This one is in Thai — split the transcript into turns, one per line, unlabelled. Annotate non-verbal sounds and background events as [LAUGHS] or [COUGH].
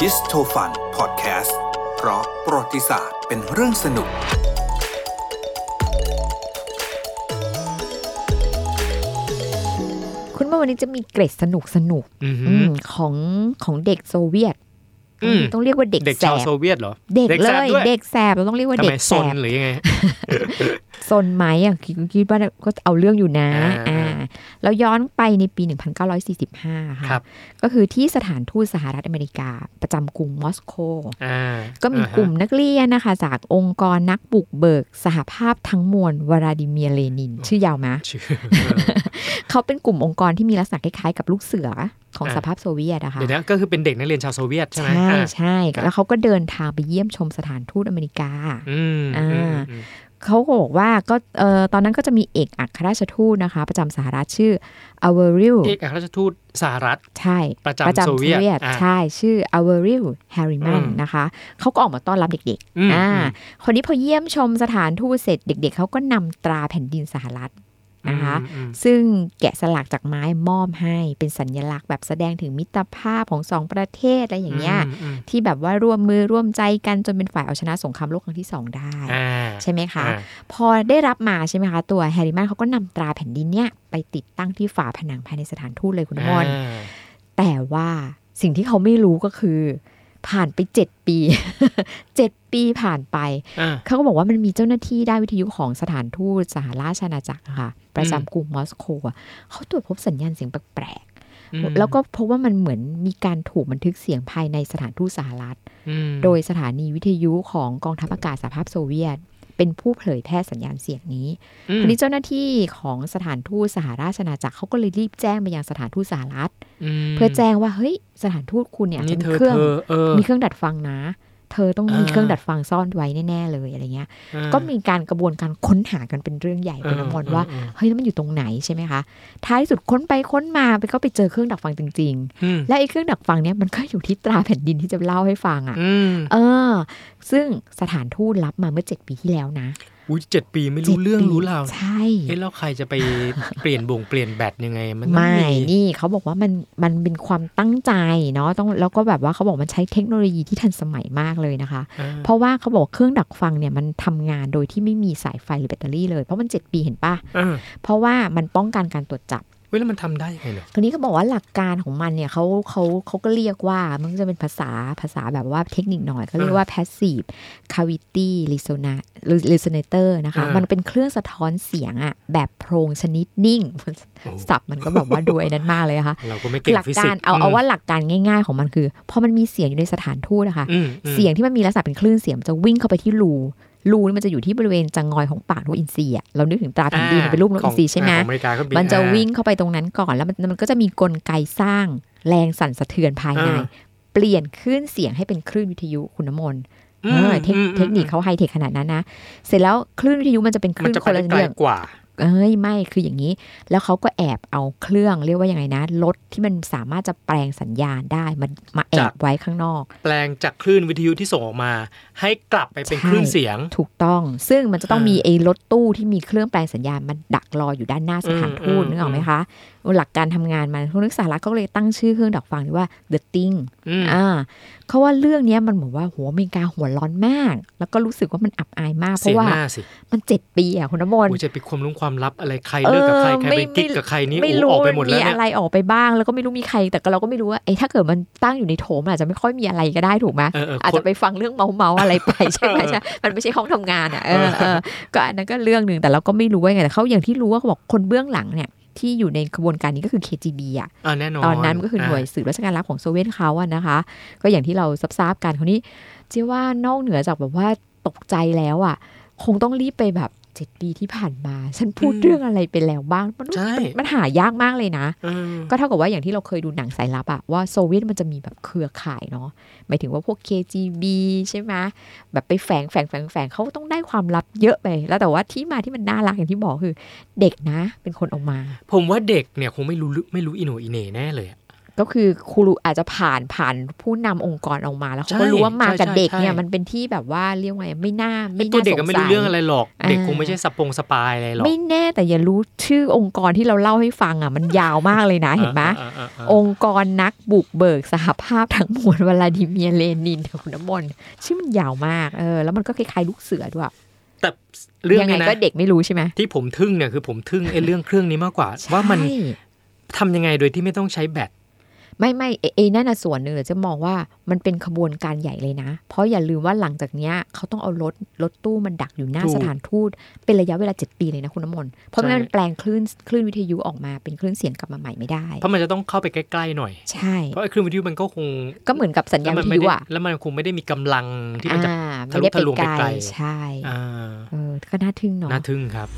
ดิสโทฟันพอดแคสต์เพราะประวัติศาสตร์เป็นเรื่องสนุก
คุณว่าวันนี้จะมีเกรดสนุกสนุก
อืม
ๆอืมของของเด็กโซเวียต
อืม
ต้องเรียกว่าเด็ก
เด็ก
แส
ชาว
บ
โซเวียตเหรอ
เด็กเล
แสบ
ย
ด้วย
เด็กแสบเราต้องเรียกว่า
ทำ
เด็
ไม
ก
ซ
แส
น
บ
หรือยังไง
ซนไหมอ่ะคิดคิดว่าก็เอาเรื่องอยู่นะ
อ่า
อ่าเราย้อนไปในปี 1945 ค่ะ
ครับ
ก็คือที่สถานทูตสหรัฐอเมริกา ประจำกรุงมอสโก
อ่า
ก็มีกลุ่มนักเรียนนะคะ จากองค์กรนักบุกเบิก สหภาพทั้งมวลวลาดิเมียร์เลนิน ชื่อยาวมะ
อ่าฮะชื่อ
เขาเป็นกลุ่มองค์กรที่มีลักษณะคล้ายๆกับลูกเสือของ
อ่า
สหภาพโซเวียตนะคะ
เดี๋ยวนะก็คือเป็นเด็กนักเรียนชาวโซเวียตใช่ไหม
ใช่
อ่า
ใช่
ครับ
แล้วเขาก็เดินทางไปเยี่ยมชมสถานทูตอเมริกา
อืม
อ่า
อืมอืม
เขาก็บอกว่าก็เออตอนนั้นก็จะมีเอกอัครราชทูตนะคะ ประจำสหรัฐชื่ออเวอริล
เอกอัครราชทูตสหรัฐ
ใช่
ประ
ประ
จำ
จำโซ
โซเวียต
เวียต
อ่า
ใช่ชื่ออเวอริลแฮร์ริแมน
อืม
นะคะเขาก็ออกมาต้อนรับเด็ก
อืม
ๆอ่าคนนี้พอเยี่ยมชมสถานทูตเสร็จเด็กๆเขาก็นำตราแผ่นดินสหรัฐนะคะ
อืม
ซึ่งแกะสลักจากไม้มอบให้เป็นสัญลักษณ์แบบแสดงถึงมิตรภาพของสองประเทศอะไรอย่างเงี้ย
มอืม
ที่แบบว่าร่วมมือร่วมใจกันจนเป็นฝ่ายเอาชนะสงครามโลกครั้งที่ 2 ได้
อ่า
ใช่ไหมคะ
อ่า
พอได้รับมาใช่ไหมคะ ตัวแฮร์ริแมนเขาก็นำตราแผ่นดินเนี่ย ไปติดตั้งที่ฝาผนังภายในสถานทูตเลยคุณอมอน
อ่า
แต่ว่าสิ่งที่เขาไม่รู้ก็คือ ผ่านไป 7 ปี [LAUGHS] 7 ปีผ่านไป
อ่า
เขาก็บอกว่ามันมีเจ้าหน้าที่ได้านวิทยุของสถานทูตสหราชอาณาจักรอะค่ะ ประจำกรุงมอสโกอะเขาตรวจพบสัญญาณเสียงแปลก
อืม
ๆแล้วก็พบว่ามันเหมือนมีการถูกบันทึกเสียงภายในสถานทูตสหรัฐ
อืม
โดยสถานีวิทยุของกองทัพอากาศสหภาพโซเวียต เป็นผู้เผยแพร่สัญญาณเสียงนี้
อืม
ทีนี้เจ้าหน้าที่ของสถานทูตสหราชอาณาจักรเขาก็เลยรีบแจ้งไปยังสถานทูตสหรัฐ
ม
เพื่อแจ้งว่าเฮ้ยสถานทูตคุณเนี่ยอาจ
นี่
จะมี
เธอ
เครื่อง
เธอเออ
มีเครื่องดัดฟังนะ เธอต้องมี
อ่า
เครื่องดัดฟังซ่อนไว้แน่ๆเลยอะไรเงี้ย
อ่า
ก็มีการกระบวนการค้นหากันเป็นเรื่องใหญ่
เอ
คุณ
อ
อมร
เออ
ว่า
เออ
เฮ้ยแล้วมันอยู่ตรงไหนใช่ไหมคะ ท้ายสุดค้นไปค้นมาไปก็ไปเจอเครื่องดักฟังจริง
อืม
ๆ และไอ้เครื่องดักฟังเนี่ยมันก็อยู่ที่ตราแผ่นดินที่จะเล่าให้ฟังอ่ะ
อืม
เออ ซึ่งสถานทูตรับมาเมื่อ 7 ปีที่แล้วนะ
อุ้ยเจ็ดปีไม่รู้เรื่อง
จ็ดปี
รู้ราว
ใช่
เอ๊ะแล้วใครจะไปเปลี่ยนบ่งเปลี่ยนแบตยังไง มันต้อง
ไม่ นี่เขาบอกว่ามันมันเป็นความตั้งใจเนาะต้องแล้วก็แบบว่าเขาบอกมันใช้เทคโนโลยีที่ทันสมัยมากเลยนะคะ
อ่า
เพราะว่าเขาบอกเครื่องดักฟังเนี่ยมันทำงานโดยที่ไม่มีสายไฟหรือแบตเตอรี่เลยเพราะมัน 7 ปีเห็นปะ
อ่า
เพราะว่ามันป้องกันการตรวจจับ
เว้ยแล้วมันทำได้ยังไงเนาะ
ทีนี้เขาบอกว่าหลักการของมันเนี่ยเขาเขาเขาก็เรียกว่ามันก็จะเป็นภาษาภาษาแบบว่าเทคนิคหน่อยเขาเรียกว่า passive cavity resona- resonator นะคะ มันเป็นเครื่องสะท้อนเสียงอะแบบโพรงชนิดนิ่ง สับมันก็แบบว่าดวยนั้นมากเลยนะคะ
เราก็ไม่เก่ง
หลัก
ฟิ
กา
สิก
ร
ส์
เอาเอาว่าหลักการง่ายๆของมันคือพอมันมีเสียงอยู่ในสถานทูตนะคะ
อืมอืม
เสียงที่มันมีลักษณะเป็นคลื่นเสียงมันจะวิ่งเข้าไปที่รูรูนี่มันจะอยู่ที่บริเวณจังงอยของปากนกอินทรีอะเรานึกถึงตราแผ่นดินเป็นรูปนกอินทรีใช่ไหม
อ่าของอเมริกาก็
มันจะวิ่งเข้าไปตรงนั้นก่อนแล้วมันมันก็จะมีกลไกสร้างแรงสั่นสะเทือนภายใน เปลี่ยนคลื่นเสียงให้เป็นคลื่นวิทยุคุณน้ำมนต์
อืม
เออเทค
อืม
เทคนิคเขาไฮเทคขนาดนั้นนะ เสร็จแล้วคลื่นวิทยุมันจะเป็นค
มั
ลื่
น
น
จะ
ค
ไป
นละ
ได้ไกล
เรื่อง
กว่า
เอ้ยไม่คืออย่างนี้ แล้วเขาก็แอบเอาเครื่องเรียกว่ายังไงนะรถที่มันสามารถจะแปลงสัญญาณได้มันมาแอ
จาก
บไว้ข้างนอก
แปลงจากคลื่นวิทยุที่ส่งออกมา ให้กลับไปเป็น
ใช่
คลื่นเสียง
ถูกต้อง ซึ่งมันจะต้อง
อ่ามี
มีไอ้รถตู้ที่มีเครื่องแปลงสัญญาณมันดักรออยู่ด้านหน้าสถานทูต
อืม
นึกออกไหมคะ หลักการทำงานมันพวกนักสาระก็เลยตั้งชื่อเครื่องดักฟังนี้ว่า The Thing
อืม
อ่าเขาว่าเรื่องเนี้ยมันเหมือนว่าหัวอเมริกาหัวร้อนมาก แล้วก็รู้สึกว่ามันอับอายมาก เพ
เสียง
ราะว่า
หน้าสิ
มันเจ็ดปีอ่ะคุณน้ำมนต์
กูจะไปความรู้ความลับอะไรใคร
เออ
เลิกกับใครใคร
ไม่
ไปกิ๊ก
ไม่
กับใครนี่
ไม่
โอ้โห
รู้
ออกไป
มัน
หมดแล้
มี
วเนี่
อะ
ย
ไรออกไปบ้าง แล้วก็ไม่รู้มีใคร แต่ก็เราก็ไม่รู้ว่าไอ้ถ้าเกิดมันตั้งอยู่ในโถมอาจจะไม่ค่อยมีอะไรก็ได้ถูกไหม
เออเออ
อาจ
คน
จะไปฟังเรื่องเมาเมาๆอะไรไป ใช่ไหมใช่ มันไม่ใช่ห้องทำงานอ่ะ เออเออ ก็อันนั้นก็เรื่องหนึ่งแต่เราก็ไม่รู้ว่าไง แต่เขาอย่างที่รู้ว่าเขาบอกคนเบื้องหลังเนี่ย ที่อยู่ในกระบวนการนี้ก็คือ KGB อ่ะ
อ่าแน่นอน
ตอนนั้นก็คือหน่วย
า
สืบราชการลับของโซเวียตเขาอะนะคะ ก็อย่างที่เราทราบๆกันคนนี้เชื่อว่านอกเหนือจากแบบว่าตกใจแล้วอ่ะ คงต้องรีบไปแบบเจ็ดปีที่ผ่านมา ฉันพูดเรื่องอะไรไปแล้วบ้าง มัน
ใช่
มันหายากมากเลยนะ
เออ
ก็เท่ากับว่าอย่างที่เราเคยดูหนังสายลับอะว่าโซเวียตมันจะมีแบบเครือข่ายเนาะหมายถึงว่าพวก KGB ใช่ไหมแบบไปแฝงแฝงแฝงแฝงเขาต้องได้ความลับเยอะไป แล้วแต่ว่าที่มาที่มันน่ารักอย่างที่บอกคือ เด็กนะเป็นคนเออกมา
ผมว่าเด็กเนี่ยคงไม่รู้ลึกไม่รู้อิโหนอิเหน่แน่เลยอะ
ก็คือครูอาจจะผ่านผ่านผู้นำองค์กรออกมาแล้วเขาก็
ใช่
รู้ว่ามากับ
ใช่
เด็กเนี่ย
ใช่
มันเป็นที่แบบว่าเรียกว่าไงไม่น่าไม่
ตัว
น่า
เด็ก
ส
ก็
ง
ไม่
สั
รู้
ย
เรื่องอะไรหรอก
อ่า
เด็กคงไม่ใช่สปงสปายอะไรหรอก
ไม่แน่แต่อย่ารู้ชื่อองค์กรที่เราเล่าให้ฟังอ่ะมันยาวมากเลยนะเห็นไหม
อ่าอ่าอ่า
องค์กรนักบุกเบิกสหภาพทั้งมวลวลาดิเมียร์เลนินค่ะคุณน้ำมนต์ชื่อมันยาวมากเออแล้วมันก็คล้ายๆลูกเสือด้วย
แต่เรื่อง
ยังไง
เนี้นะ
ก็เด็กไม่รู้ใช่ไหม
ที่ผมทึ่งเนี่ยคือผมทึ่ง [COUGHS] ไอ้เรื่องเครื่องนี้มากกว่า ว่ามัน
ใช่
ทำยังไงโดยที่ไม่ต้องใช้แบต
ไม่ไม่เอเอยนั่นนะส่วนหนึ่งเดี๋ยวจะมองว่ามันเป็นขบวนการใหญ่เลยนะ เพราะอย่าลืมว่าหลังจากเนี้ยเขาต้องเอารถรถตู้มันดักอยู่หน้า
ถูก
สถานทูตเป็นระยะเวลา 7 ปีเลยนะคุณน้ำมนต์เพราะไม่งั้น
ใช่
มันแปลงคลื่นคลื่นวิทยุออกมาเป็นคลื่นเสียงกลับมาใหม่ไม่ได้
เพราะมันจะต้องเข้าไปใกล้ๆหน่อย
ใช่
เพราะไอ้เครื่องวิทยุมันก็คง
ก็เหมือนกับสัญญาณ
แล้ว
วิ
น
ท
ไม่
ยุ
ได้
อ่ะ
แล้วมันคงไม่ได้มีกำลังที่มันจะ
อ่าไม่ได้ไป
ทะลุทะลวง
ไก
ไปไก
ล
ล
ใช่
อ่า
เออก็น่าทึ่งเนาะ
น่าทึ่งครับ